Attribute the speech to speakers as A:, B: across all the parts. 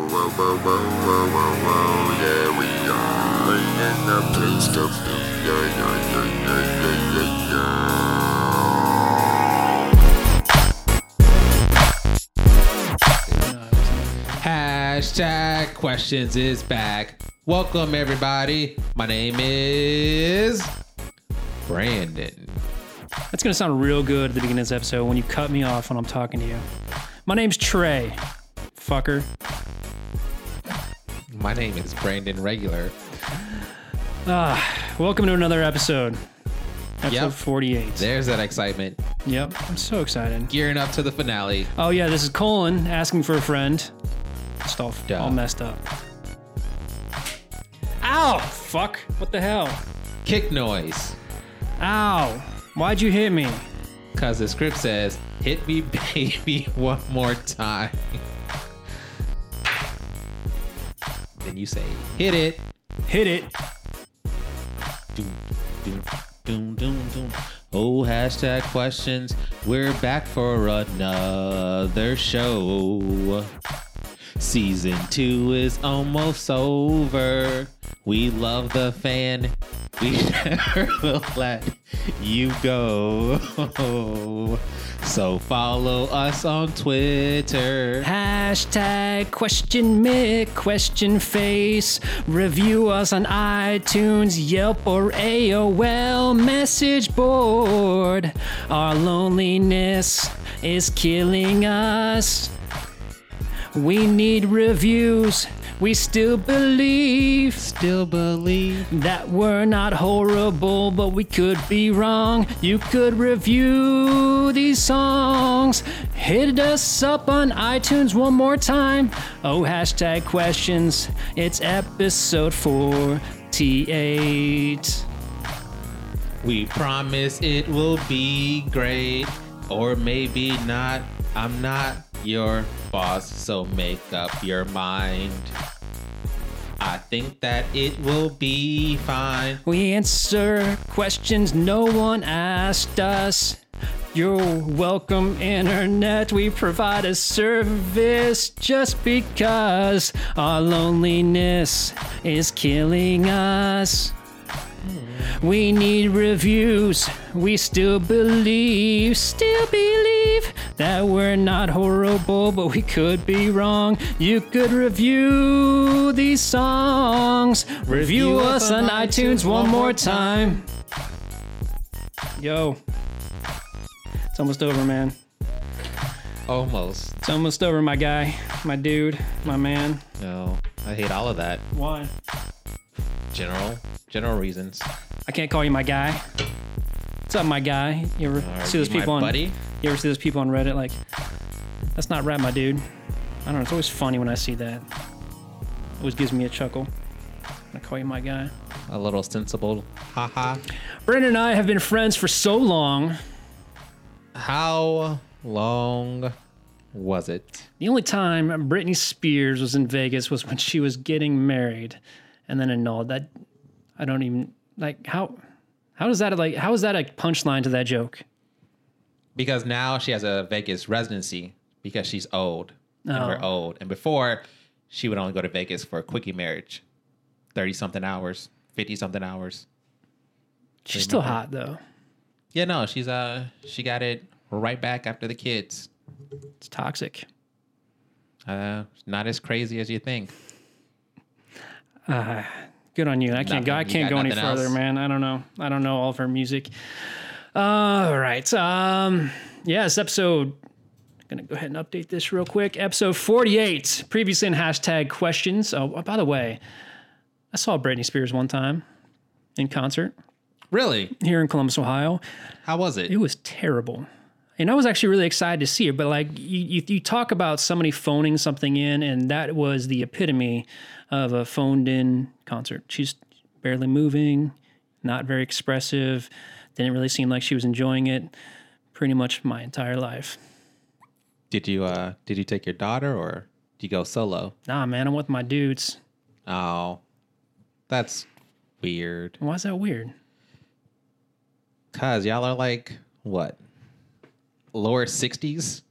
A: whoa, whoa, whoa, whoa, whoa, yeah, we are in the place of yeah, yeah, yeah, yeah, yeah, yeah, yeah.
B: Hashtag questions is back. Welcome everybody. My name is Brandon.
C: That's gonna sound real good at the beginning of this episode when you cut me off when I'm talking to you. My name's Trey. Fucker.
B: My name is Brandon Regular.
C: Welcome to another episode. Episode
B: Yep.
C: 48.
B: There's that excitement.
C: Yep. I'm so excited.
B: Gearing up to the finale.
C: Oh yeah, this is Colin asking for a friend. Just all,
B: Duh.
C: all messed up. Ow! Fuck! What the hell?
B: Kick noise.
C: Ow! Why'd you hit me?
B: Cause the script says, hit me baby one more time. then you say, hit it.
C: Hit it.
B: Doom, doom, doom, doom, doom. Oh, hashtag questions. We're back for another show. Season two is almost over. We love the fan. We never will let you go. So follow us on Twitter.
C: Hashtag question Mick, question face. Review us on iTunes, Yelp, or AOL message board. Our loneliness is killing us. We need reviews. We still believe
B: Still believe.
C: that we're not horrible, but we could be wrong. You could review these songs. Hit us up on iTunes one more time. Oh, hashtag questions. It's episode 48.
B: We promise it will be great, or maybe not. I'm not your boss, so make up your mind. I think that it will be fine.
C: We answer questions no one asked us. You're welcome, internet. We provide a service just because our loneliness is killing us. We need reviews. We still believe, still believe that we're not horrible, but we could be wrong. You could review these songs. Review, us on iTunes one more time. Yo. It's almost over, man.
B: Almost.
C: It's almost over, my guy, my dude, my man.
B: No, I hate all of that.
C: Why?
B: General, general reasons.
C: I can't call you my guy. What's up, my guy? You ever
B: Are
C: see those
B: you my
C: people on?
B: buddy?
C: You ever see those people on Reddit like, that's not rap, my dude. I don't know. It's always funny when I see that. Always gives me a chuckle. I call you my guy.
B: A little sensible. Haha.
C: Brandon and I have been friends for so long.
B: How long was it?
C: The only time Britney Spears was in Vegas was when she was getting married, and then annulled. That I don't even like how. How does that like? How is that a punchline to that joke?
B: because now she has a Vegas residency because she's old and we're old. And before, she would only go to Vegas for a quickie marriage, thirty something hours, fifty something hours.
C: She's still hot though.
B: Yeah, no, she's uh, she got it right back after the kids.
C: It's toxic.
B: Uh, not as crazy as you think.
C: Good on you. I can't go. I
B: Nothing. You
C: can't
B: got
C: go any
B: nothing
C: further,
B: else?
C: man. I don't know. I don't know all of her music. All right. Um. Yes. Episode. Gonna go ahead and update this real quick. Episode forty-eight. Previously in hashtag questions. Oh, by the way, I saw Britney Spears one time in concert
B: Really?
C: here in Columbus, Ohio.
B: How was it?
C: It was terrible. And I was actually really excited to see it, but like you, you, you talk about somebody phoning something in, and that was the epitome of a phoned in concert. She's barely moving, not very expressive, didn't really seem like she was enjoying it pretty much my entire life.
B: Did you uh, did you take your daughter or did you go solo?
C: Nah, man, I'm with my dudes.
B: Oh, that's weird.
C: Why is that weird?
B: Cause y'all are like what? Lower sixties.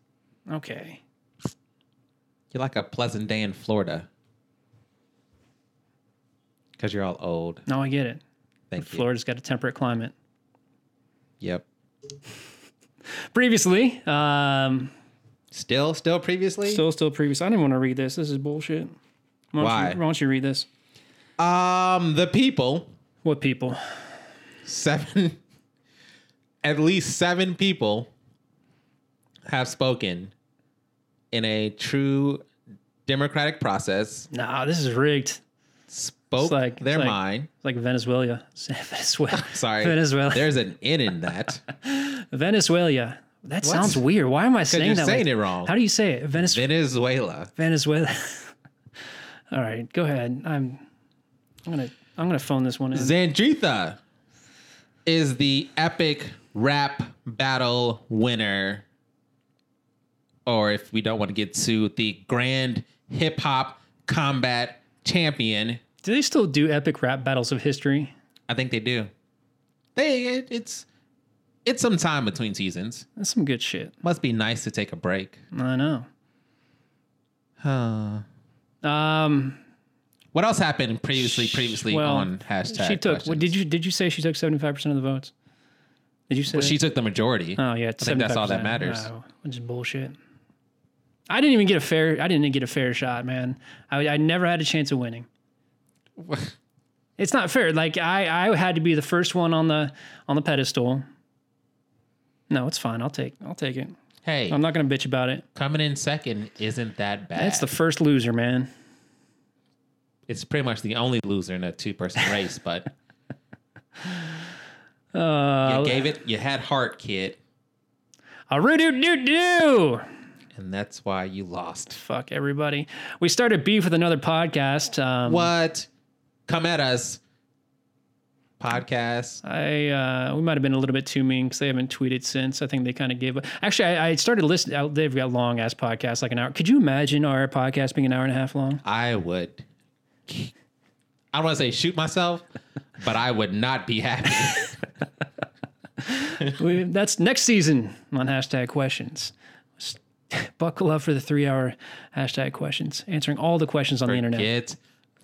C: Okay.
B: You're like a pleasant day in Florida. because you're all old.
C: No, I get it.
B: Thank you.
C: Florida's got a temperate climate.
B: Yep.
C: Previously, um,
B: Still, still previously.
C: still, still previous. I didn't want to read this. This is bullshit. Why? don't
B: Why?
C: You, why don't you read this?
B: um, the people
C: What people?
B: seven, at least seven people have spoken in a true democratic process.
C: Nah, this is rigged.
B: Spoke
C: It's like-
B: their
C: it's like-
B: mind.
C: It's like Venezuela. Venezuela.
B: Sorry,
C: Venezuela.
B: There's an in in that.
C: Venezuela. That sounds weird. Why am I saying
B: you're
C: that?
B: saying
C: like-
B: it wrong.
C: How do you say it? Venezuela.
B: Venezuela.
C: Venezuela. All right, go ahead. I'm I'm gonna I'm gonna phone this one in.
B: Zanjitha is the epic rap battle winner. Or if we don't want to get sued, the grand hip hop combat champion.
C: do they still do epic rap battles of history?
B: I think they do. They it, it's it's some time between seasons.
C: That's some good shit.
B: Must be nice to take a break.
C: I know.
B: Huh.
C: Um,
B: What else happened previously? Previously
C: well,
B: on hashtag.
C: she took. What,
B: questions?
C: did you did you say she took seventy five percent of the votes? Did you say
B: Well,
C: that?
B: she took the majority.
C: Oh yeah, it's
B: I think that's all that
C: 75%.
B: matters.
C: Wow, which is bullshit. I didn't even get a fair. I didn't get a fair shot, man. I, I never had a chance of winning. it's not fair. Like I, I had to be the first one on the on the pedestal. No, it's fine. I'll take. I'll take it.
B: Hey,
C: I'm not gonna bitch about it.
B: coming in second isn't that bad.
C: That's the first loser, man.
B: it's pretty much the only loser in a two person race, but
C: Uh,
B: you gave it, you had heart, kid,
C: a roo doo doo doo.
B: and that's why you lost.
C: Fuck everybody. We started beef with another podcast. Um,
B: What? Come at us. Podcast.
C: I uh, we might have been a little bit too mean because they haven't tweeted since. I think they kind of gave up. Actually, I, I started listening. I- They've got long ass podcasts, like an hour. Could you imagine our podcast being an hour and a half long?
B: I would, I don't want to say shoot myself, but I would not be happy.
C: we, that's next season on hashtag questions. S- Buckle up for the three hour hashtag questions, answering all the questions on the internet.
B: Get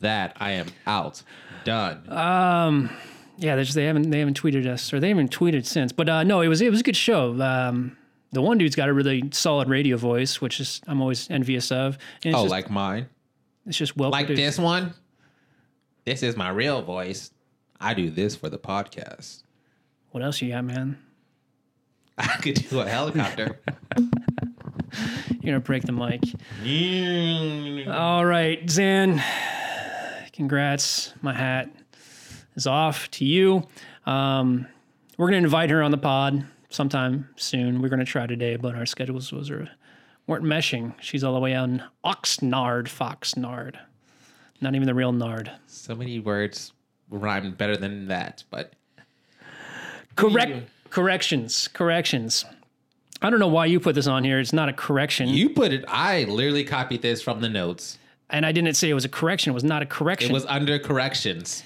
B: that. I am out. Done.
C: Yeah, they just they haven't they haven't tweeted us or they haven't tweeted since. But uh, no, it was it was a good show. Um, the one dude's got a really solid radio voice, which is I'm always envious of. And it's
B: oh,
C: just,
B: like mine.
C: it's just well
B: Like
C: produced.
B: this one. This is my real voice. I do this for the podcast.
C: What else you got, man?
B: I could do a helicopter.
C: You're gonna break the mic. All right, Zan. Congrats. My hat is off to you. Um, we're gonna invite her on the pod sometime soon. We're gonna try today, but our schedules was are, weren't meshing. She's all the way on Oxnard, Foxnard. Not even the real Nard.
B: So many words rhymed better than that, but
C: Correct. Corrections. Corrections. I don't know why you put this on here. It's not a correction.
B: you put it. I literally copied this from the notes.
C: and I didn't say it was a correction. It was not a correction.
B: It was under corrections.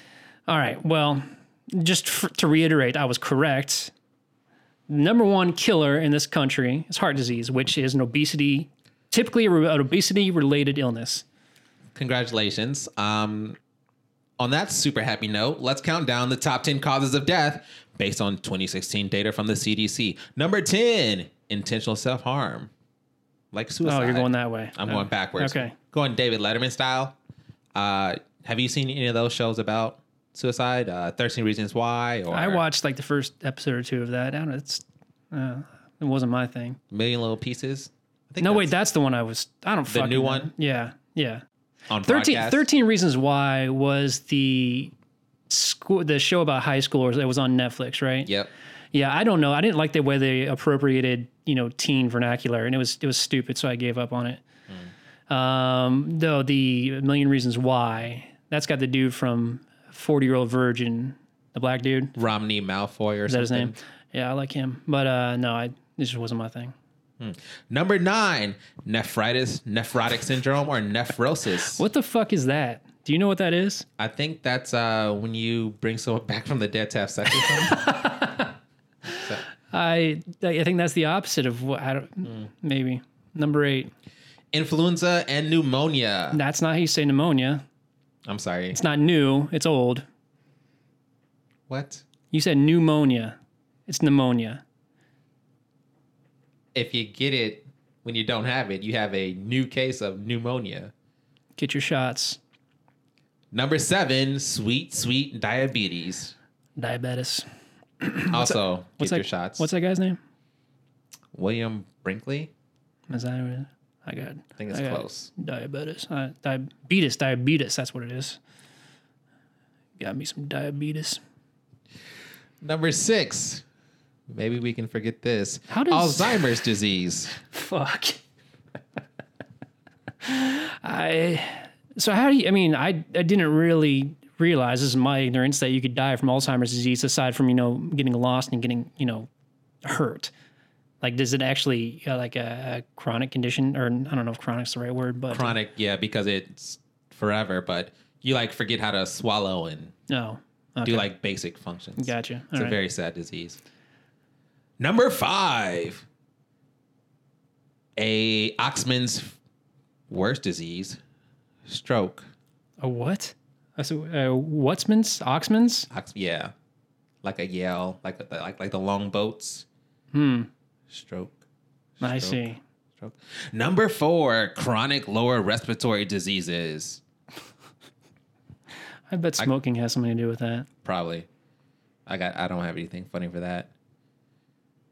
C: All right. Well, just f to reiterate, I was correct. Number one killer in this country is heart disease, which is an obesity, typically a re- an obesity related illness.
B: Congratulations. Um, on that super happy note, let's count down the top 10 causes of death based on 2016 data from the CDC. Number 10, intentional self harm, like
C: Oh,
B: suicide.
C: you're going that way.
B: I'm
C: Oh,
B: going backwards.
C: Okay.
B: Going David Letterman style. Uh, have you seen any of those shows about suicide? Uh, 13 Reasons Why or
C: I watched like the first episode or two of that. I don't know. It's, uh, it wasn't my thing.
B: Million Little Pieces? I think
C: No,
B: that's
C: wait, that's the one I was. I don't. The
B: new one?
C: Yeah. Yeah.
B: on
C: 13,
B: podcast.
C: 13 Reasons Why was the school, the show about high schoolers that was on Netflix, right?
B: Yep.
C: Yeah, I don't know. I didn't like the way they appropriated, you know, teen vernacular, and it was it was stupid, so I gave up on it. Um, though the Million Reasons Why, that's got the dude from Forty Year Old Virgin, the black dude. Is
B: Romney Malfoy or
C: that
B: something.
C: his name? Yeah, I like him, but uh, no, I this just wasn't my thing.
B: Number nine, nephritis, nephrotic syndrome, or nephrosis.
C: What the fuck is that? Do you know what that is?
B: I think that's uh, when you bring someone back from the dead to have sex with them.
C: I I think that's the opposite of what I don't maybe number eight.
B: Influenza and pneumonia.
C: That's not how you say pneumonia.
B: I'm sorry.
C: It's not new, it's old.
B: What?
C: You said pneumonia. It's pneumonia.
B: If you get it when you don't have it, you have a new case of pneumonia.
C: Get your shots.
B: Number seven, sweet, sweet diabetes.
C: Diabetes.
B: also,
C: What's
B: get
C: that,
B: your shots.
C: What's that guy's name?
B: William Brinkley?
C: Is that what it is? I got.
B: I think it's
C: got
B: close.
C: Diabetes. Uh, diabetes. Diabetes. That's what it is. Got me some diabetes.
B: Number six. Maybe we can forget this.
C: How does-
B: Alzheimer's disease?
C: Fuck. I. So how do you? I mean, I I didn't really realize this is my ignorance that you could die from Alzheimer's disease aside from you know getting lost and getting you know hurt. Like, does it actually uh, like a, a chronic condition, or I don't know if chronic's the right word, but
B: Chronic, yeah, because it's forever, but you like forget how to swallow and
C: no,
B: do like basic functions.
C: Oh, gotcha.
B: It's
C: All
B: a
C: right.
B: very sad disease. Number five, a Oxman's worst disease, stroke.
C: A what? That's a, a what'sman's? Oxman's?
B: Ox- yeah, like a yell, like the, like like the long boats. Hmm. Stroke.
C: I
B: Stroke.
C: see.
B: Stroke. Number four, chronic lower respiratory diseases.
C: I bet smoking has something to do with that.
B: Probably. I got. I don't have anything funny for that.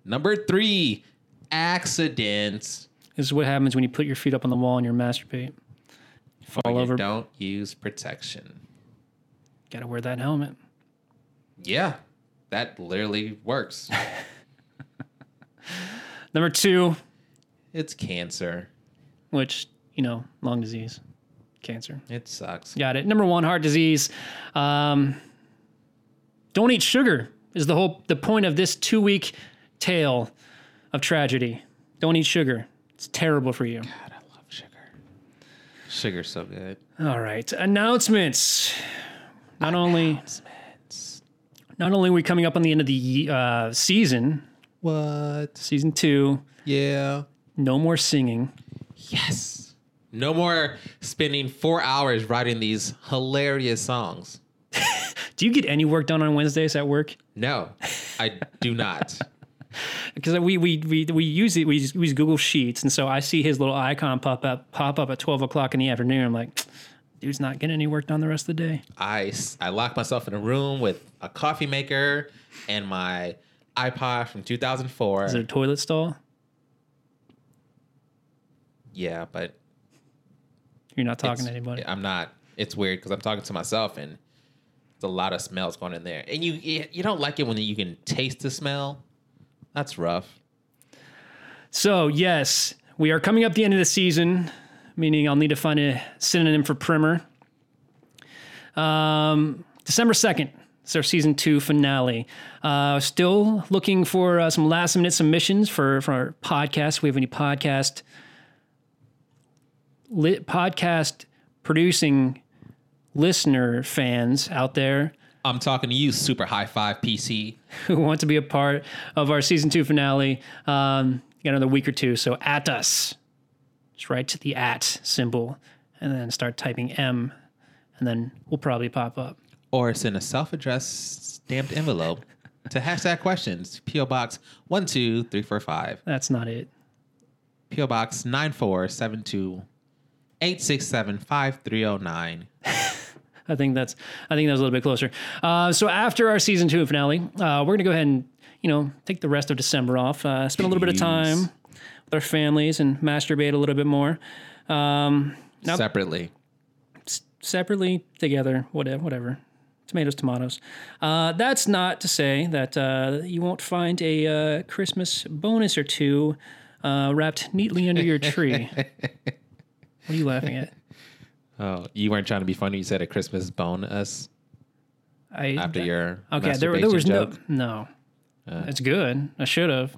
B: Number three, accidents.
C: This is what happens when you put your feet up on the wall and you masturbate. Fall
B: When
C: over.
B: You don't use protection.
C: Gotta wear that helmet.
B: Yeah, that literally works.
C: Number two,
B: it's cancer.
C: which, you know, lung disease, cancer.
B: It sucks.
C: Got it. Number one, heart disease. Um, don't eat sugar is the whole the point of this two week tale of tragedy. Don't eat sugar. It's terrible for you.
B: God, I love sugar. Sugar's so good.
C: All right, announcements. Not only not only are we coming up on the end of the ye- uh, season,
B: What?
C: season two.
B: Yeah.
C: No more singing.
B: Yes. No more spending four hours writing these hilarious songs.
C: Do you get any work done on Wednesdays at work?
B: No, I do not.
C: Because we we we we use it. We use, we use Google Sheets, and so I see his little icon pop up pop up at twelve o'clock in the afternoon. I'm like, dude's not getting any work done the rest of the day.
B: I, s- I lock myself in a room with a coffee maker and my iPod from 2004.
C: Is it a toilet stall?
B: yeah, but
C: You're not talking to
B: It's-
C: anybody.
B: I'm not. It's weird because I'm talking to myself and it's a lot of smells going in there, and you you don't like it when you can taste the smell. That's rough.
C: So yes, we are coming up the end of the season, meaning I'll need to find a synonym for primer. Um, December second is our season two finale. Uh, still looking for uh, some last minute submissions for for our podcast. If we have any podcast lit podcast producing listener fans out there
B: I'm talking to you, super high five PC.
C: who want to be a part of our season two finale. Um, you got another week or two, so at us. Just write to the at symbol and then start typing M, and then we'll probably pop up.
B: or send a self-addressed stamped envelope to hashtag questions PO Box one two three four five
C: That's not it.
B: PO Box nine four seven two eight six seven five three zero nine.
C: I think that's I think that was a little bit closer. Uh, so after our season two finale, uh, we're gonna go ahead and you know take the rest of December off, uh, spend a little bit of
B: Jeez.
C: time with our families, and masturbate a little bit more. Nope.
B: Separately,
C: separately, together, whatever, whatever. Tomatoes, tomatoes. Uh, that's not to say that uh, you won't find a uh, Christmas bonus or two uh, wrapped neatly under your tree. what are you laughing at?
B: oh, you weren't trying to be funny. You said a Christmas bonus
C: I
B: after your
C: okay. There, there
B: masturbation
C: was
B: joke.
C: no, no. That's good. I should have.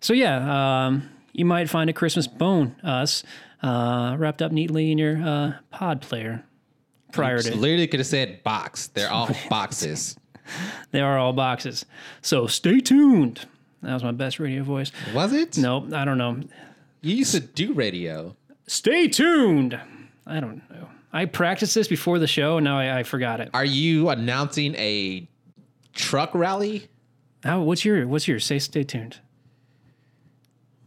C: So yeah, um, you might find a Christmas bonus uh, wrapped up neatly in your uh, pod player. Prior
B: Just
C: to
B: literally could have said box. They're all boxes.
C: They are all boxes. So stay tuned. That was my best radio voice.
B: Was it?
C: Nope, I don't know.
B: You used to do radio.
C: Stay tuned. I don't know. I practiced this before the show. Now I, I forgot it.
B: Are you announcing a truck rally?
C: Now, what's your what's your say? Stay tuned.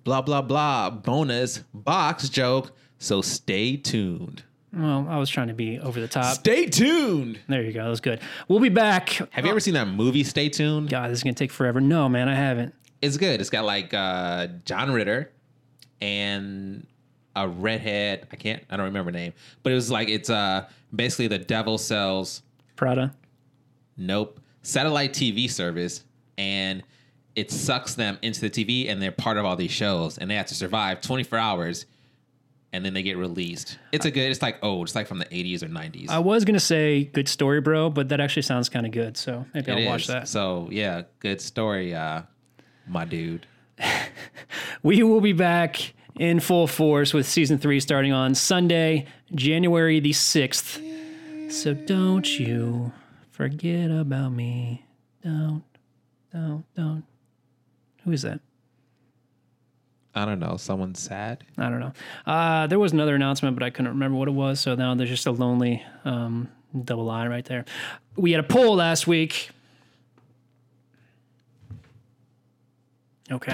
B: Blah, blah, blah. Bonus box joke. So stay tuned.
C: Well, I was trying to be over the top.
B: Stay tuned.
C: There you go. That was good. We'll be back.
B: Have you ever seen that movie, Stay Tuned?
C: God, this is gonna take forever. No, man, I haven't.
B: It's good. It's got like uh, John Ritter and a redhead. I can't, I don't remember her name, but it was like, it's uh, basically the devil sells
C: Prada.
B: Nope. Satellite TV service, and it sucks them into the TV, and they're part of all these shows, and they have to survive 24 hours, and then they get released. It's a good. It's like oh, it's like from the 80s or 90s.
C: I was gonna say good story, bro, but that actually sounds kind of good. So maybe
B: It
C: I'll watch
B: is.
C: that.
B: So yeah, good story, uh, my dude.
C: We will be back in full force with season three starting on Sunday, January the 6th. So don't you forget about me. Don't, don't, don't. Who is that?
B: I don't know. Someone sad.
C: I don't know. Uh, there was another announcement, but I couldn't remember what it was. So now there's just a lonely um, double line right there. We had a poll last week. Okay.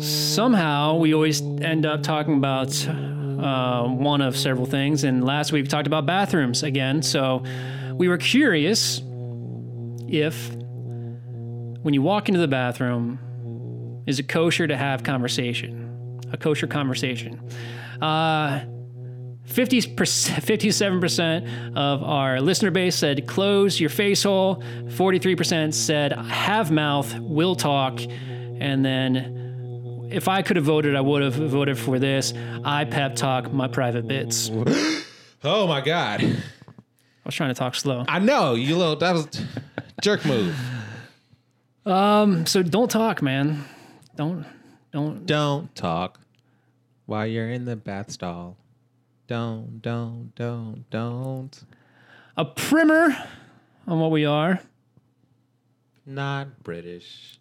C: Somehow we always end up talking about uh, one of several things. And last week we talked about bathrooms again. So we were curious if when you walk into the bathroom, is it kosher to have conversation a kosher conversation uh 50 57% of our listener base said close your face hole 43% said have mouth will talk and then if i could have voted i would have voted for this i pep talk my private bits i
B: Oh my god.
C: was trying to talk slow
B: I know you little. That was jerk move.
C: so don't talk man don't don't
B: Don't talk while you're in the bath stall. Don't, don't, don't, don't.
C: a primer on what we are
B: Not British.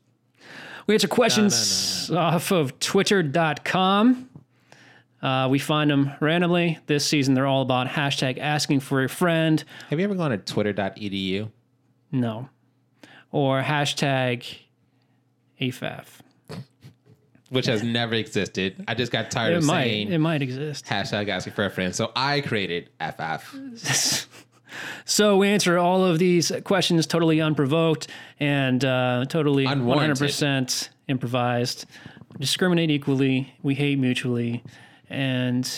C: We answer questions off of twitter.com. Uh, we find them randomly. This season, they're all about hashtag asking for a friend.
B: Have you ever gone to E twitter.edu?
C: No. Or hashtag AFAF.
B: Which has never existed. I just got tired
C: It
B: of
C: might,
B: saying
C: it might exist.
B: hashtag asking for a friend. So I created FF.
C: So we answer all of these questions totally unprovoked and uh, totally
B: Unwarranted.
C: 100% improvised. Discriminate equally. We hate mutually. And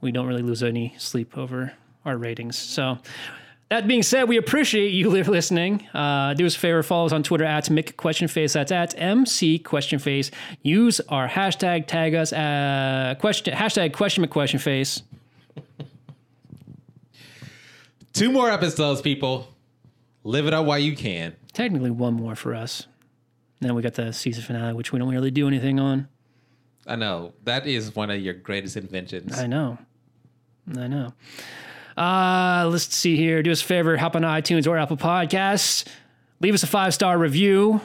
C: we don't really lose any sleep over our ratings. So that being said, we appreciate you listening. Uh, do us a favor, follow us on Twitter at MickQuestionFace. That's at MC Question Face. Use our hashtag, tag us, uh, question, hashtag question McQuestionFace.
B: Two more episodes, people. Live it up while you can.
C: technically one more for us. And then we got the season finale, which we don't really do anything on.
B: I know that is one of your greatest inventions.
C: I know. I know. Uh, let's see here. Do us a favor, hop on iTunes or Apple Podcasts. Leave us a five star review.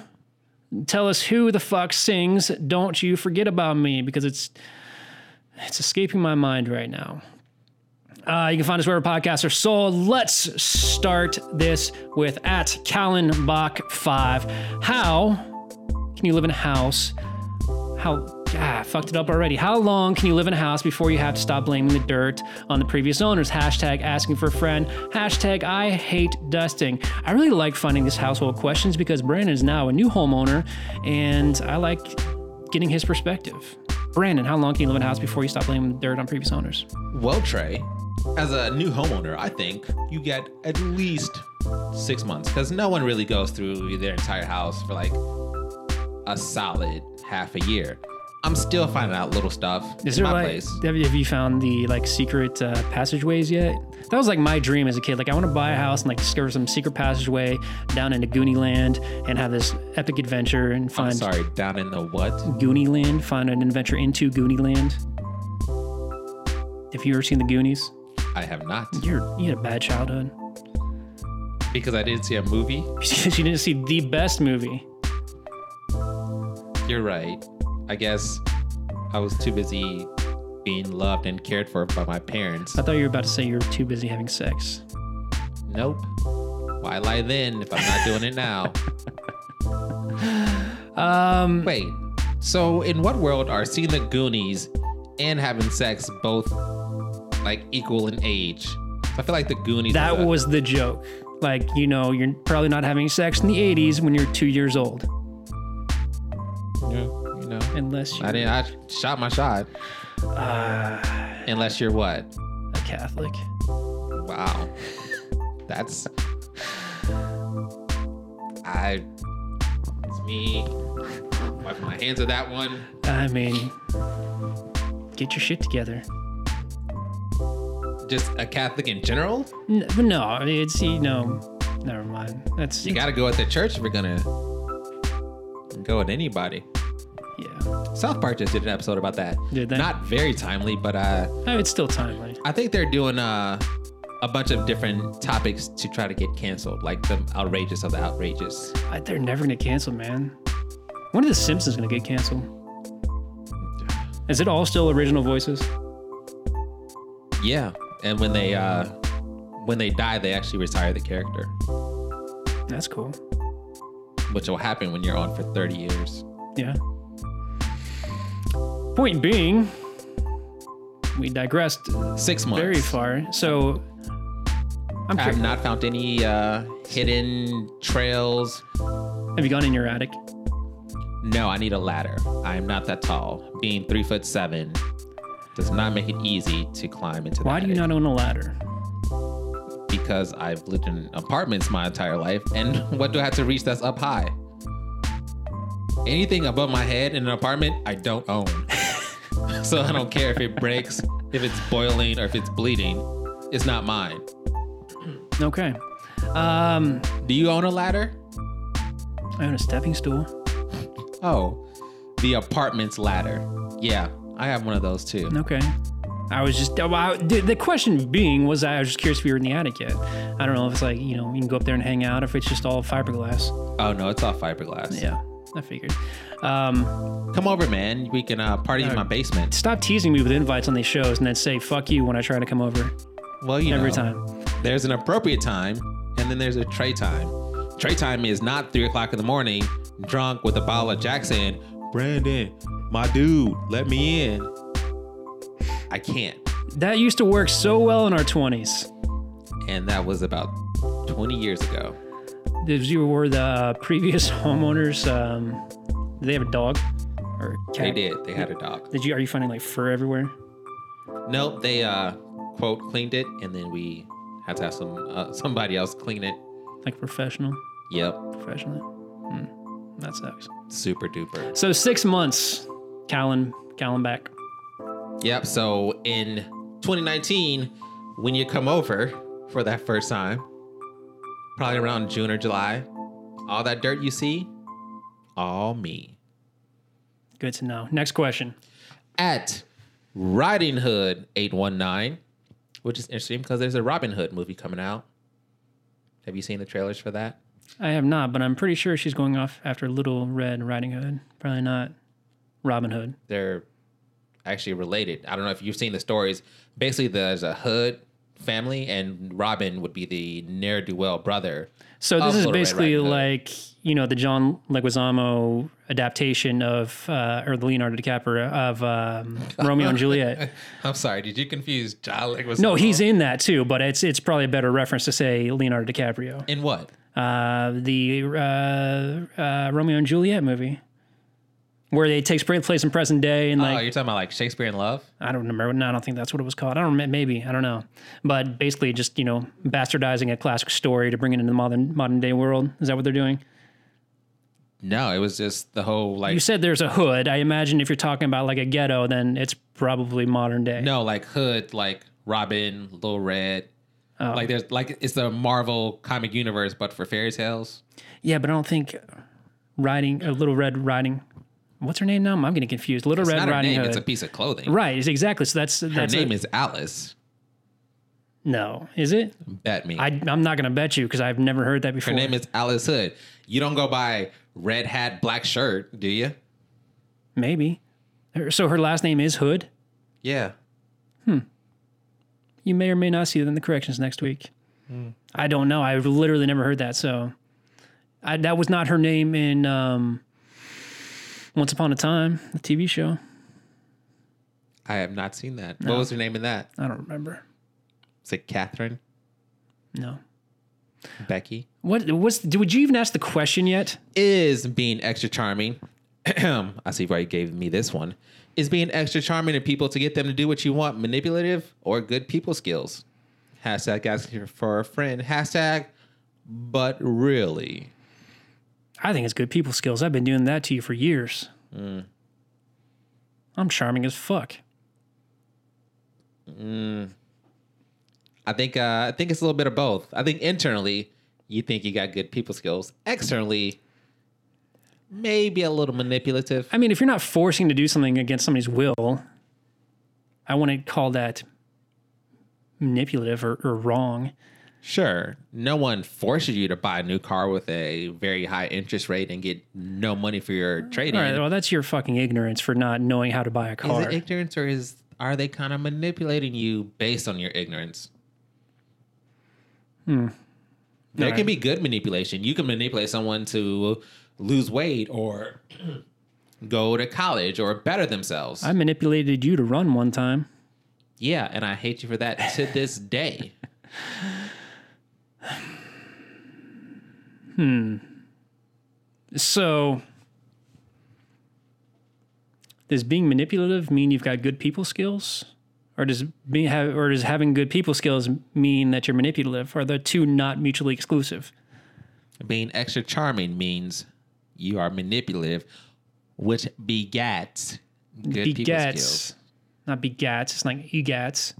C: Tell us who the fuck sings Don't You Forget About Me because it's it's escaping my mind right now. Uh, you can find us wherever podcasts are sold. Let's start this with at Kallenbach5. How can you live in a house how ah, fucked it up already. How long can you live in a house before you have to stop blaming the dirt on the previous owners? Hashtag asking for a friend. Hashtag I hate dusting. I really like finding these household questions because Brandon is now a new homeowner and I like getting his perspective. Brandon, how long can you live in a house before you stop blaming the dirt on previous owners?
B: Well, Trey, as a new homeowner, I think you get at least six months because no one really goes through their entire house for like a solid half a year. I'm still finding out little stuff
C: Is
B: in
C: there
B: my
C: like
B: place.
C: have you, have you found the like secret uh, passageways yet? That was like my dream as a kid. Like I want to buy a house and like discover some secret passageway down into Goonie Land and have this epic adventure and
B: I'm
C: find
B: sorry, down in the what?
C: Goonie Land. Find an adventure into Goonie Land. If you ever seen the Goonies,
B: I have not
C: you're you had a bad childhood.
B: because I didn't see a movie.
C: you didn't see the best movie.
B: You're right. I guess I was too busy being loved and cared for by my parents.
C: I thought you were about to say you're too busy having sex.
B: Nope. Why lie then if I'm not doing it now?
C: Um,
B: Wait. So, in what world are seeing the Goonies and having sex both like equal in age? I feel like the Goonies.
C: that
B: are the-
C: was the joke. Like, you know, you're probably not having sex in the 80s when you're two years old,
B: Yeah, you know.
C: unless Ah. you're
B: I didn't. I shot my shot. Unless you're what?
C: a Catholic.
B: Wow. That's. I. It's me. Wipe my hands of that one.
C: I mean, get your shit together.
B: Just a Catholic in general.
C: N- but no, it's, you know, never mind. That's,
B: You gotta go at the church if you're gonna go at anybody.
C: yeah.
B: South Park just did an episode about that.
C: Did they?
B: Not very timely, but uh,
C: Oh, it's still timely.
B: I think they're doing uh, a bunch of different topics to try to get canceled, like the outrageous of the outrageous.
C: I, they're never gonna cancel, man. When are the Simpsons gonna get canceled? Is it all still original voices?
B: Yeah, and when they uh, when they die, they actually retire the character,
C: That's cool.
B: which will happen when you're on for 30 years.
C: Yeah. Point being, we digressed
B: Six months.
C: very far. So I'm
B: I have
C: curious.
B: not found any uh, hidden trails.
C: Have you gone in your attic?
B: No, I need a ladder. I am not that tall. Being three foot seven does not make it easy to climb into. the
C: Why do you
B: attic.
C: not own a ladder?
B: because I've lived in apartments my entire life. And what do I have to reach that's up high? Anything above my head in an apartment, I don't own. so I don't care if it breaks, if it's boiling, or if it's bleeding. It's not mine.
C: Okay. Um,
B: Do you own a ladder?
C: I own a stepping stool.
B: Oh, the apartment's ladder. Yeah, I have one of those too.
C: Okay. I was just oh, I, the the question being was I was just curious if you were in the attic yet. I don't know if it's like you know you can go up there and hang out if it's just all fiberglass.
B: Oh no, it's all fiberglass.
C: Yeah, I figured. Um,
B: Come over, man. We can uh, party in my basement.
C: stop teasing me with invites on these shows and then say fuck you when I try to come over
B: Well, you
C: every
B: know.
C: time.
B: There's an appropriate time, and then there's a tray time. Tray time is not three o'clock in the morning, drunk with a bottle of Jackson. Brandon, my dude, let me in. I can't.
C: That used to work so well in our 20s.
B: And that was about 20 years ago.
C: If you were the uh, previous homeowners, um, did they have a dog or a cat?
B: They did. They had a dog.
C: Did you? Are you finding like fur everywhere?
B: Nope. They uh quote cleaned it, and then we had to have some uh, somebody else clean it.
C: Like professional,
B: Yep.
C: professionally. Hmm. That sucks.
B: Super duper.
C: So six months, Callan, Callan back.
B: Yep. So in 2019, when you come over for that first time, probably around June or July, all that dirt you see, all me.
C: Good to know. Next question.
B: At Riding Hood 819, which is interesting because there's a Robin Hood movie coming out. Have you seen the trailers for that?
C: I have not, but I'm pretty sure she's going off after Little Red Riding Hood. Probably not Robin Hood.
B: They're actually related. I don't know if you've seen the stories. Basically, there's a Hood family, and Robin would be the ne'er do well brother.
C: So this
B: of
C: is
B: Oh, Little Red
C: basically
B: Riding Hood.
C: like you know the John Leguizamo adaptation of uh, or the Leonardo DiCaprio of um, Romeo and Juliet.
B: I'm sorry, did you confuse John Leguizamo?
C: No, he's in that too, but it's it's probably a better reference to say Leonardo DiCaprio.
B: in what?
C: Uh, the uh, uh, Romeo and Juliet movie, where it takes place in present day and like
B: oh, you're talking about like Shakespeare in Love?
C: I don't remember. No, I don't think that's what it was called. I don't remember. Maybe I don't know. But basically, just you know, bastardizing a classic story to bring it into the modern modern day world. Is that what they're doing?
B: No, it was just the whole like
C: You said there's a hood. I imagine if you're talking about like a ghetto, then it's probably modern day.
B: no like Hood, like Robin, Little Red.
C: Oh.
B: Like there's like it's the Marvel comic universe, but for fairy tales.
C: Yeah, but I don't think riding a little red riding. What's her name now? I'm getting confused. Little
B: It's
C: Red
B: not her
C: Riding
B: name;
C: Hood.
B: it's a piece of clothing.
C: right. it's Exactly. So that's
B: Her
C: that's a-
B: name is Alice.
C: no. Is it?
B: Bet me.
C: I I'm not gonna bet you because I've never heard that before.
B: her name is Alice Hood. You don't go by red hat, black shirt, do you?
C: Maybe. Her- So her last name is Hood.
B: Yeah.
C: You may or may not see them in the corrections next week.
B: Hmm.
C: I don't know. I've literally never heard that. So I, that was not her name in um, Once Upon a Time, the TV show.
B: I have not seen that. What was her name in that?
C: I don't remember.
B: Is it Catherine?
C: No.
B: Becky?
C: What was? Would you even ask the question yet?
B: Is being extra charming. I see why you gave me this one. Is being extra charming to people to get them to do what you want manipulative or good people skills? Hashtag asking for a friend. Hashtag, but really.
C: I think it's good people skills. I've been doing that to you for years.
B: Hmm.
C: I'm charming as fuck.
B: I think uh, I think it's a little bit of both. I think internally, you think you got good people skills. Externally, maybe a little manipulative.
C: I mean, if you're not forcing to do something against somebody's will, I wouldn't call that manipulative or, or wrong.
B: Sure, no one forces you to buy a new car with a very high interest rate and get no money for your trading.
C: All right, well, that's your fucking ignorance for not knowing how to buy a
B: Is
C: car.
B: it ignorance or is are they kind of manipulating you based on your ignorance? Hmm. There
C: Alright.
B: can be good manipulation. You can manipulate someone to lose weight or go to college or better themselves.
C: I manipulated you to run one time.
B: yeah, and I hate you for that to this day.
C: So, does being manipulative mean you've got good people skills, or does being have, or does having good people skills mean that you're manipulative? Are the two not mutually exclusive?
B: Being extra charming means you are manipulative, which begats good people skills.
C: begats, not begats. It's like egats.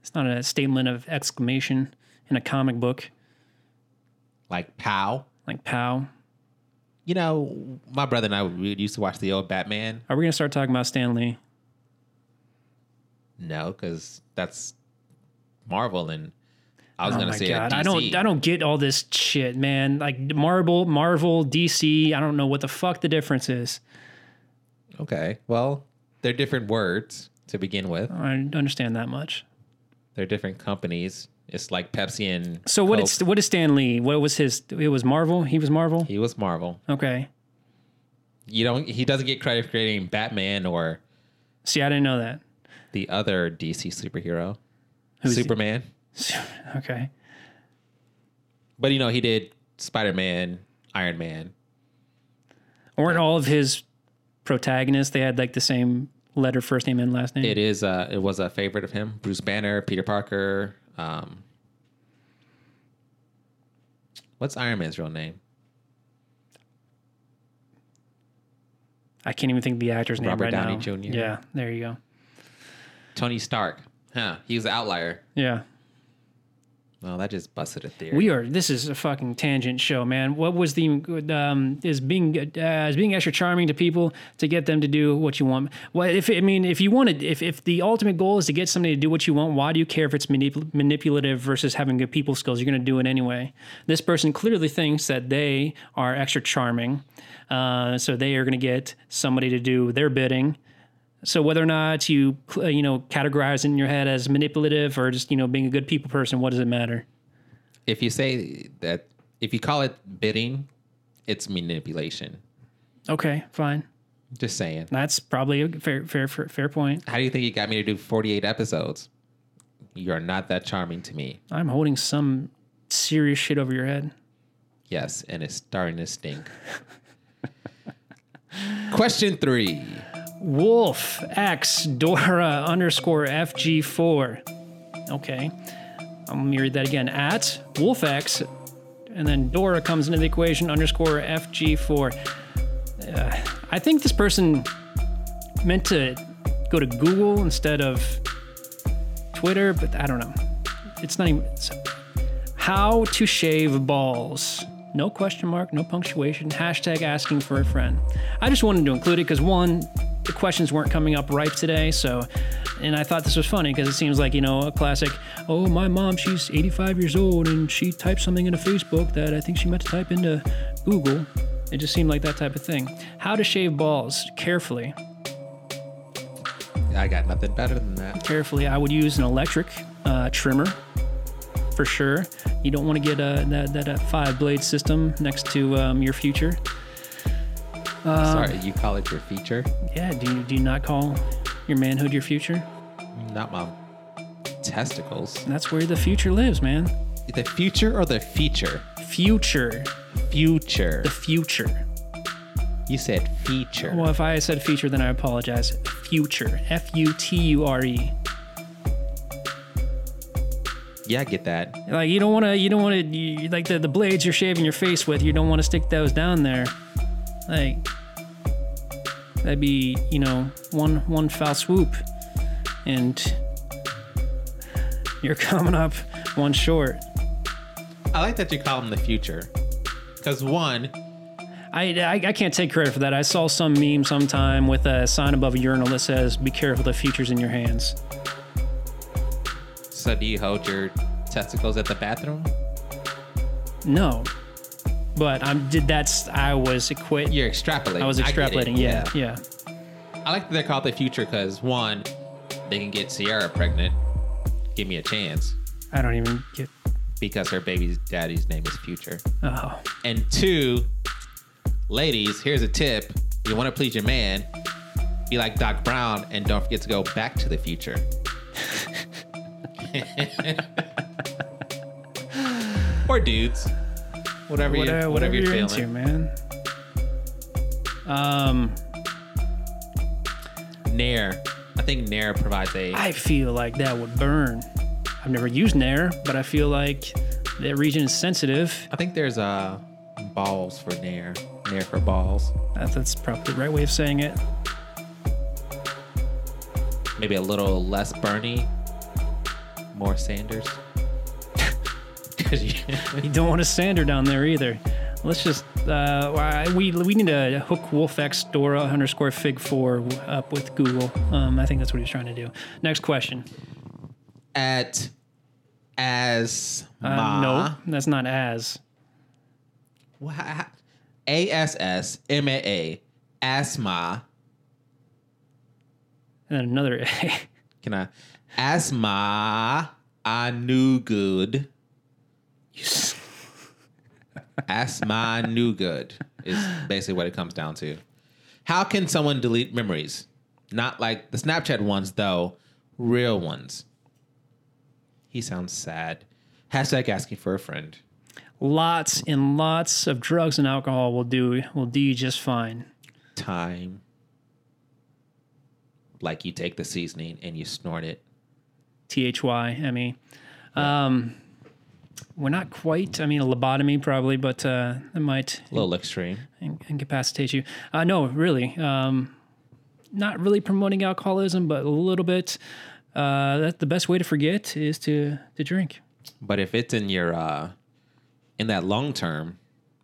C: It's not a statement of exclamation in a comic book
B: Like pow.
C: like pow.
B: You know, my brother and I we used to watch the old Batman.
C: Are we gonna start talking about Stanley?
B: No, because that's Marvel, and I was gonna say uh, like, DC.
C: Oh I don't I don't get all this shit, man. Like Marvel, Marvel, DC. I don't know what the fuck the difference is.
B: Okay, well, they're different words to begin with.
C: I understand that much.
B: They're different companies. It's like Pepsi and
C: So what
B: Coke.
C: did what is Stan Lee? What was his? It was Marvel. He was Marvel.
B: he was Marvel.
C: Okay.
B: You don't. He doesn't get credit for creating Batman or
C: See, I didn't know that.
B: the other DC superhero,
C: Who's he?
B: Superman.
C: Okay.
B: But you know, he did Spider Man, Iron Man.
C: Weren't all of his protagonists? They had like the same letter, first name and last name.
B: It is. Uh, it was a favorite of him. Bruce Banner, Peter Parker. Um, what's Iron Man's real name?
C: I can't even think of the actor's name
B: Robert
C: right
B: Downey
C: now.
B: Jr..
C: Yeah, there you go.
B: Tony Stark. Huh. He was an outlier.
C: Yeah,
B: Well, that just busted a theory.
C: we are. This is a fucking tangent show, man. What was the um, is being uh, is being extra charming to people to get them to do what you want? Well, if I mean, if you wanted, if if the ultimate goal is to get somebody to do what you want, why do you care if it's manipul- manipulative versus having good people skills? You're going to do it anyway. This person clearly thinks that they are extra charming, uh, so they are going to get somebody to do their bidding. So whether or not you uh, you know categorize it in your head as manipulative or just you know being a good people person, what does it matter?
B: if you say that, if you call it bidding, it's manipulation.
C: Okay, fine.
B: Just saying.
C: That's probably a fair fair fair, fair point.
B: How do you think you got me to do 48 episodes? You are not that charming to me.
C: I'm holding some serious shit over your head.
B: Yes, and it's starting to stink. Question three.
C: Wolf X Dora underscore FG4. Okay. Um, Let me read that again. At Wolf X, and then Dora comes into the equation underscore FG4. Uh, I think this person meant to go to Google instead of Twitter, but I don't know. It's not even. it's- how to shave balls. No question mark, no punctuation, hashtag asking for a friend. I just wanted to include it because one, the questions weren't coming up right today, so and I thought this was funny because it seems like, you know, a classic, oh my mom, she's 85 years old and she typed something into Facebook that I think she meant to type into Google. It just seemed like that type of thing. How to shave balls carefully.
B: I got nothing better than that.
C: carefully. I would use an electric uh, trimmer for sure. You don't want to get uh, that, that uh, five blade system next to um, your future.
B: Sorry, you call it your feature,
C: Yeah, do you, do you not call your manhood your future?
B: not my testicles.
C: That's where the future lives, man.
B: The future or the feature?
C: Future.
B: Future.
C: The future.
B: You said feature.
C: Well, if I said future, then I apologize. Future. F U T U R E.
B: Yeah, I get that.
C: Like you don't want to, you don't want to, like the, the blades you're shaving your face with, you don't want to stick those down there. Like that'd be, you know, one one foul swoop, and you're coming up one short.
B: I like that you call them the future. Because one,
C: I, I, I can't take credit for that. I saw some meme sometime with a sign above a urinal that says, "Be careful, the future's in your hands."
B: so do you hold your testicles at the bathroom?
C: No, but I'm did that's I was equate.
B: You're extrapolating.
C: I was
B: get it,
C: extrapolating. yeah, yeah.
B: I like that they're called the future because one, they can get Sierra pregnant. Give me a chance
C: I don't even get.
B: because her baby's daddy's name is Future.
C: Oh.
B: And two, ladies, here's a tip: you want to please your man, be like Doc Brown, and don't forget to go back to the future. or dudes, whatever, you, whatever, you're, feeling.
C: man. Um,
B: Nair, I think Nair provides a
C: I feel like that would burn. I've never used Nair, but I feel like that region is sensitive.
B: I think there's uh balls for Nair. Nair for balls.
C: That- That's probably the right way of saying it.
B: Maybe a little less Bernie, more Sanders. 'Cause you-
C: You don't want to sander down there either. Let's just uh, why- we we need to hook Wolfx Dora underscore Fig Four up with Google. Um, I think that's what he was trying to do. Next question.
B: At as
C: Uh, no, that's not as.
B: no A S S M A A asthma.
C: And then another A.
B: Can I asthma anugud
C: You s-
B: asthma anugud is basically what it comes down to. How can someone delete memories? Not like the Snapchat ones though, real ones. He sounds sad. Hashtag asking for a friend.
C: lots and lots of drugs and alcohol will do will do just fine.
B: time. Like you take the seasoning and you snort it.
C: T H Y M E. Um, we're not quite. I mean, a lobotomy probably, but uh, it might
B: A little extreme.
C: in- incapacitate you. Uh, no, really. Um, not really promoting alcoholism, but a little bit. Uh, that's the best way to forget is to to drink.
B: But if it's in your uh in that long term,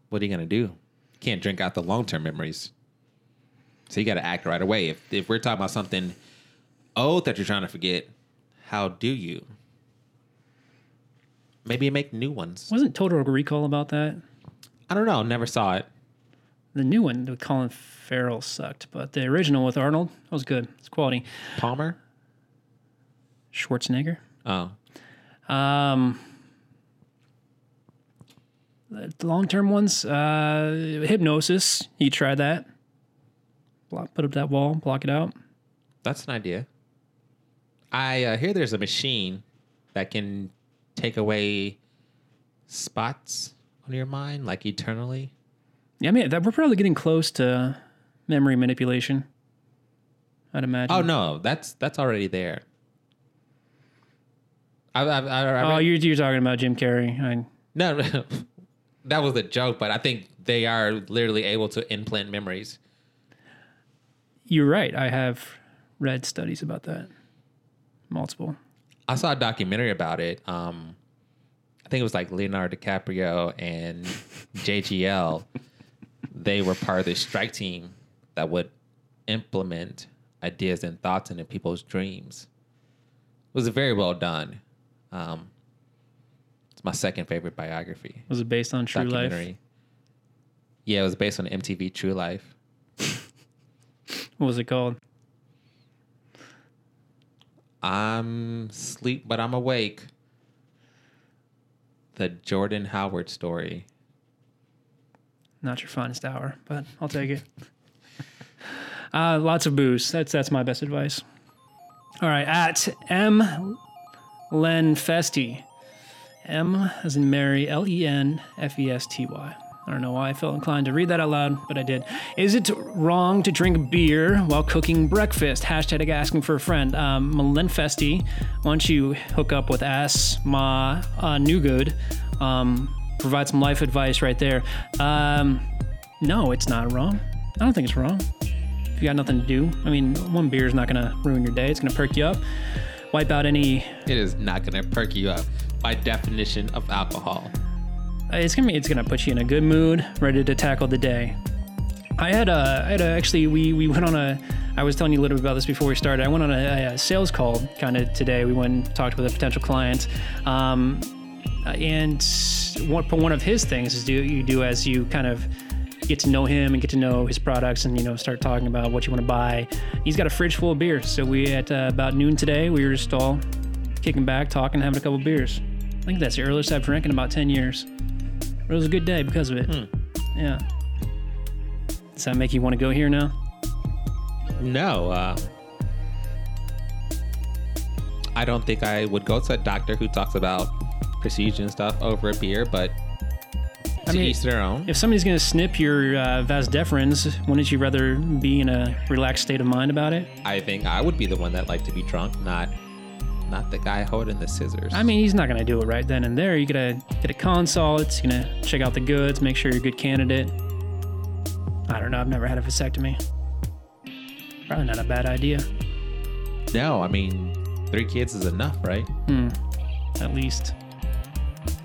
B: what are you gonna do? Can't drink out the long term memories. So you gotta act right away. If if we're talking about something old that you're trying to forget, how do you? Maybe make new ones.
C: Wasn't Total Recall about that?
B: I don't know, never saw it.
C: The new one with Colin Farrell sucked, but the original with Arnold that was good. It's quality.
B: Palmer?
C: Schwarzenegger.
B: Oh.
C: Um, long term ones, uh, hypnosis. You try that. Block, put up that wall, block it out.
B: That's an idea. I uh, hear there's a machine that can take away spots on your mind, like eternally.
C: Yeah, I mean, that, we're probably getting close to memory manipulation. I'd imagine.
B: Oh no, that's that's already there. I, I, I, I
C: Oh,
B: read-
C: you're, you're talking about Jim Carrey. I,
B: no, no, that was a joke, but I think they are literally able to implant memories.
C: you're right. I have read studies about that, multiple.
B: I saw a documentary about it. Um, I think it was like Leonardo DiCaprio and JGL. they were part of the strike team that would implement ideas and thoughts into people's dreams. It was very well done. Um, it's my second favorite biography
C: Was it based on true life?
B: documentary. Yeah, it was based on MTV True Life.
C: What was it called?
B: I'm sleep, but I'm awake. The Jordan Howard story.
C: Not your finest hour, but I'll take it. uh, lots of booze. That's that's my best advice. All right, at M Len Festy. M as in Mary, L E N F E S T Y. I don't know why I felt inclined to read that out loud, but I did. Is it wrong to drink beer while cooking breakfast? Hashtag asking for a friend. Um, Malen Festy, why don't you hook up with Ass Ma uh, Newgood? Um, provide some life advice right there. Um, no, it's not wrong. I don't think it's wrong. If you got nothing to do, I mean, one beer is not going to ruin your day. It's going to perk you up, wipe out any
B: It is not going to perk you up by definition of alcohol.
C: Uh, it's gonna be, it's gonna put you in a good mood, ready to tackle the day. I had a, I had a, actually we we went on a. I was telling you a little bit about this before we started. I went on a, a sales call kind of today. We went and talked with a potential client, um, and one one of his things is do you do as you kind of get to know him and get to know his products and you know start talking about what you want to buy. He's got a fridge full of beer. So we at uh, about noon today we were just all kicking back, talking, having a couple beers. I think that's the earliest I've drank in about ten years. But it was a good day because of it. Yeah. Does that make you want to go here now?
B: No, uh, I don't think I would go to a doctor who talks about procedure and stuff over a beer, but to
C: mean-
B: each their own.
C: If somebody's going to snip your uh, vas deferens, wouldn't you rather be in a relaxed state of mind about it?
B: I think I would be the one that liked to be drunk, not not the guy holding the scissors.
C: I mean, he's not going to do it right then and there. You gotta get a consult. It's gonna check out the goods, make sure you're a good candidate. I don't know. I've never had a vasectomy. Probably not a bad idea.
B: no, I mean three kids is enough, right?
C: At least.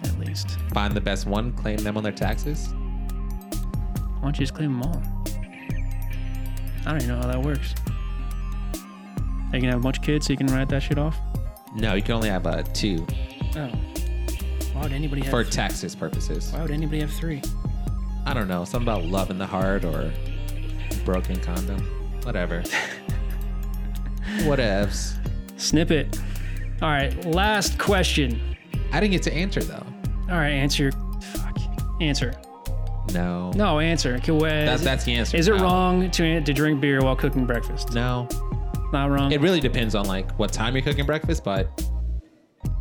C: At least.
B: Find the best one, claim them on their taxes.
C: Why don't you just claim them all? I don't even know how that works. Are you gonna have a bunch of kids so you can write that shit off?
B: No, you can only have uh, two
C: Oh. Why would anybody have
B: for taxes purposes.
C: Why would anybody have three?
B: I don't know, something about love in the heart or broken condom, whatever. Whatevs.
C: Snip it. All right, last question.
B: I didn't get to answer though.
C: All right, answer. your- Fuck. Answer.
B: No.
C: No, answer. Okay, wait,
B: That,
C: is it-
B: that's the answer.
C: Is it
B: No.
C: wrong to, to drink beer while cooking breakfast?
B: No.
C: Not wrong.
B: It really depends on like what time you're cooking breakfast, but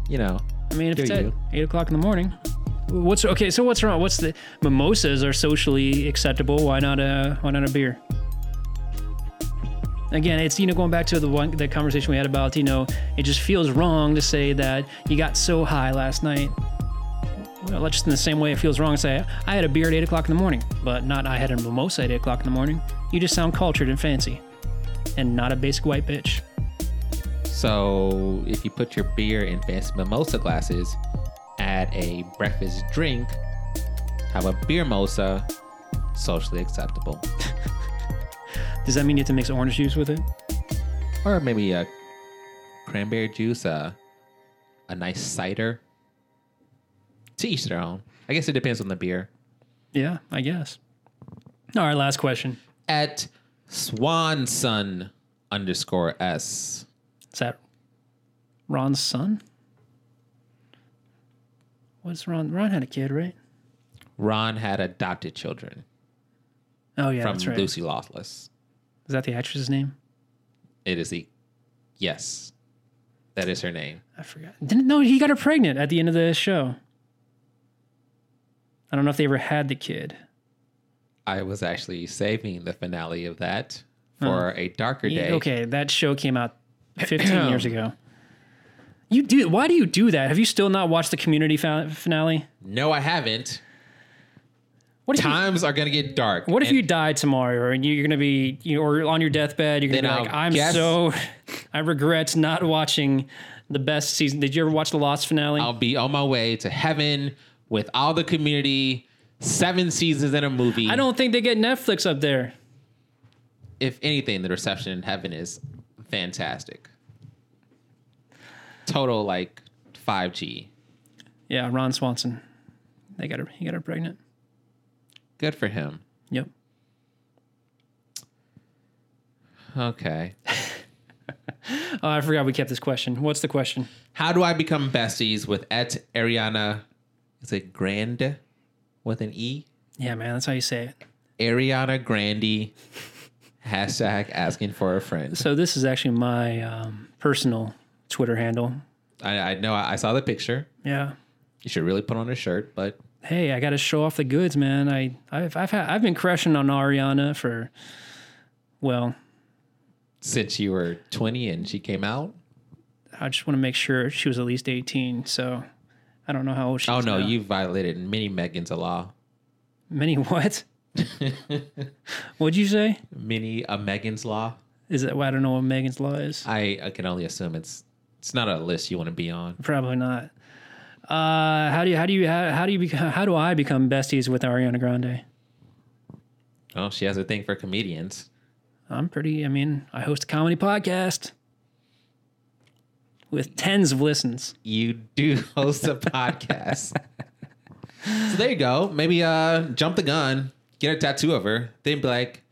B: you know,
C: I mean, if
B: do
C: it's at
B: you.
C: eight o'clock in the morning. What's okay? So what's wrong? What's the mimosas are socially acceptable? Why not a why not a beer? Again, it's you know going back to the one the conversation we had about you know it just feels wrong to say that you got so high last night. Well, just in the same way it feels wrong to say I had a beer at eight o'clock in the morning, but not I had a mimosa at eight o'clock in the morning. You just sound cultured and fancy, and not a basic white bitch.
B: So if you put your beer in fancy mimosa glasses, add a breakfast drink, have a beer mosa, socially acceptable.
C: Does that mean you have to mix orange juice with it?
B: Or maybe a cranberry juice, a, a nice cider. To each their own. I guess it depends on the beer.
C: Yeah, I guess. All right, last question.
B: At Swanson underscore S.
C: Is that Ron's son? What's Ron? Ron had a kid, right?
B: Ron had adopted children
C: Oh yeah,
B: from
C: that's right.
B: Lucy Lawless.
C: Is that the actress's name?
B: It is the yes. That is her name.
C: I forgot. Didn't no, he got her pregnant at the end of the show. I don't know if they ever had the kid.
B: I was actually saving the finale of that for a darker
C: Yeah,
B: day.
C: Okay, that show came out 15 years ago. You do. Why do you do that? Have you still not watched the Community fa- finale?
B: No, I haven't.
C: What if you-
B: Times are gonna get dark.
C: What if
B: and
C: you died tomorrow and you're gonna be, you know, or on your deathbed, you're gonna
B: Then
C: be like,
B: I'll
C: I'm
B: guess-
C: so, I regret not watching the best season. Did you ever watch the Lost finale?
B: I'll be on my way to heaven with all the community, seven seasons in a movie.
C: I don't think they get Netflix up there.
B: If anything, the reception in heaven is fantastic. Total like five G.
C: Yeah, Ron Swanson, they got her, he got her pregnant.
B: Good for him.
C: Yep.
B: Okay.
C: Oh, I forgot we kept this question. What's the question?
B: How do I become besties with at Ariana? Is it Grande with an E?
C: Yeah, man, that's how you say it.
B: Ariana Grande. Hashtag asking for a friend.
C: So this is actually my um, personal Twitter handle.
B: I, I know I, I saw the picture.
C: Yeah.
B: You should really put on a shirt, but
C: Hey, I got to show off the goods, man. I I've I've, had, I've been crushing on Ariana for well,
B: since you were 20 and she came out.
C: I just want to make sure she was at least 18, so I don't know how old she
B: Oh
C: is
B: no,
C: now.
B: you violated many Megan's law.
C: Many what? What'd you say?
B: Many a Megan's law.
C: Is that? Well, I don't know what Megan's law is.
B: I, I can only assume it's it's not a list you want to be on.
C: Probably not. Uh, how do you how do you how, how do you become how do I become besties with Ariana Grande?
B: Oh, she has a thing for comedians.
C: I'm pretty. I mean, I host a comedy podcast with tens of listens.
B: You do host a podcast. so there you go. Maybe uh jump the gun, get a tattoo of her, then be like,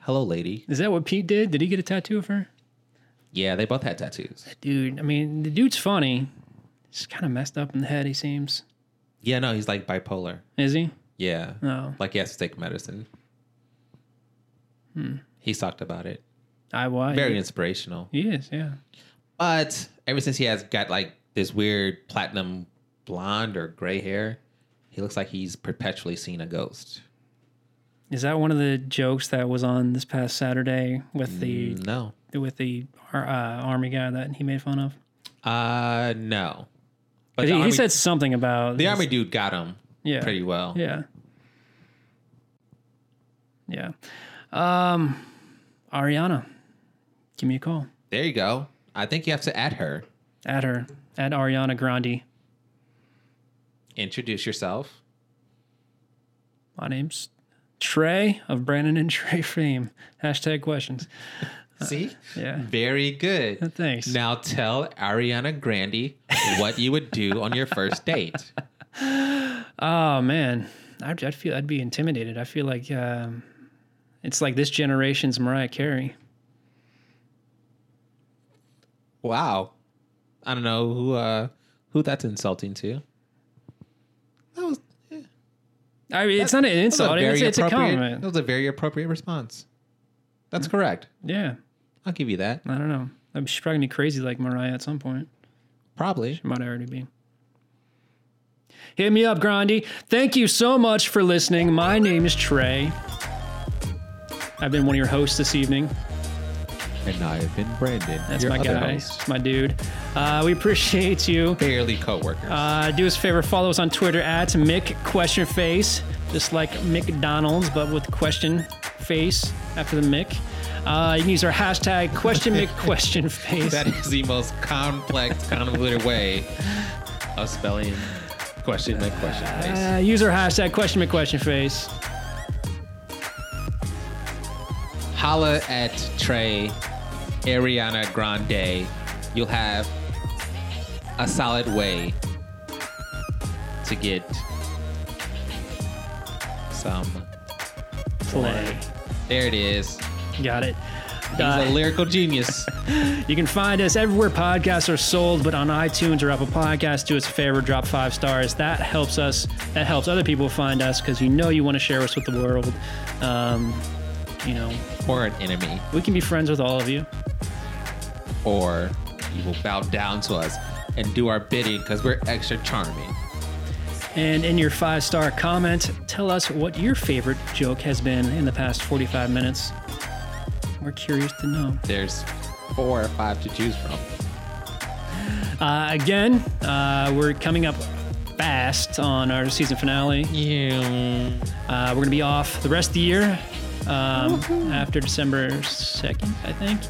B: Hello lady.
C: Is that what Pete did? Did he get a tattoo of her?
B: Yeah, they both had tattoos.
C: Dude, I mean, the dude's funny. He's kind of messed up in the head. He seems.
B: Yeah, no, he's like bipolar.
C: Is he?
B: Yeah.
C: No.
B: Like he has to take medicine. He's talked about it.
C: I was.
B: Very inspirational.
C: He is. Yeah.
B: But ever since he has got like this weird platinum blonde or gray hair, he looks like he's perpetually seen a ghost.
C: Is that one of the jokes that was on this past Saturday with the
B: No.
C: with the ar- uh, army guy that he made fun of?
B: Uh no. But
C: he,
B: the
C: he
B: army,
C: said something about
B: the
C: this-
B: army dude got him
C: Yeah.
B: pretty well.
C: Yeah. Yeah. Um, Ariana, give me a call.
B: There you go. I think you have to add her.
C: At her. At Ariana Grande.
B: Introduce yourself.
C: My name's Trey of Brandon and Trey fame. Hashtag questions.
B: See?
C: Uh, Yeah.
B: Very good.
C: Thanks.
B: Now tell Ariana Grande what you would do on your first date.
C: Oh man, I'd, I'd feel I'd be intimidated. I feel like um, it's like this generation's Mariah Carey.
B: Wow. I don't know who uh who that's insulting to. That was
C: I mean, it's not an
B: That was
C: insult. It's, it's a
B: appropriate- That
C: compliment.
B: was a very appropriate response. That's correct.
C: Yeah.
B: I'll give you that.
C: I don't know. I mean, she's probably gonna be crazy like Mariah at some point.
B: Probably.
C: She might already be. Hit me up, Grandy. Thank you so much for listening. My name is Trey. I've been one of your hosts this evening.
B: And I have been Brandon.
C: That's my guy. That's my dude. Uh, we appreciate you.
B: Barely coworker.
C: Uh, do us a favor, follow us on Twitter at Mick Question Face, just like McDonald's, but with question face after the Mick. Uh, you can use our hashtag Question Mick Question Face.
B: that is the most complex, convoluted way of spelling question my question face.
C: Uh, use our hashtag Question Mick Question Face.
B: Holla at Trey, Ariana Grande. You'll have a solid way to get some
C: Play.
B: There it is.
C: Got it.
B: He's
C: Uh,
B: a lyrical genius.
C: You can find us everywhere podcasts are sold, but on iTunes or Apple Podcasts, do us a favor, drop five stars. That helps us. That helps other people find us because you know you want to share us with the world. Um, you know,
B: or an enemy.
C: we can be friends with all of you.
B: Or you will bow down to us and do our bidding because we're extra charming.
C: And in your five star comment, tell us what your favorite joke has been in the past 45 minutes. We're curious to know.
B: There's four or five to choose from.
C: Uh, again, uh, we're coming up fast on our season finale.
B: Yeah.
C: Uh, we're going to be off the rest of the year um, after December 2nd, I think.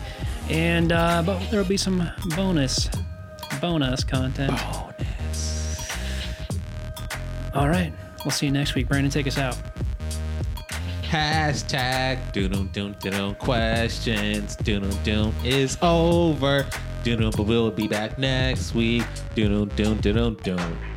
C: And uh, but there will be some bonus bonus content. All right. We'll see you next week. Brandon, take us out.
B: Hashtag doodle doom doodle questions. Doodle doom is over. Doodle, but we'll be back next week. Doodle doom doodle doom.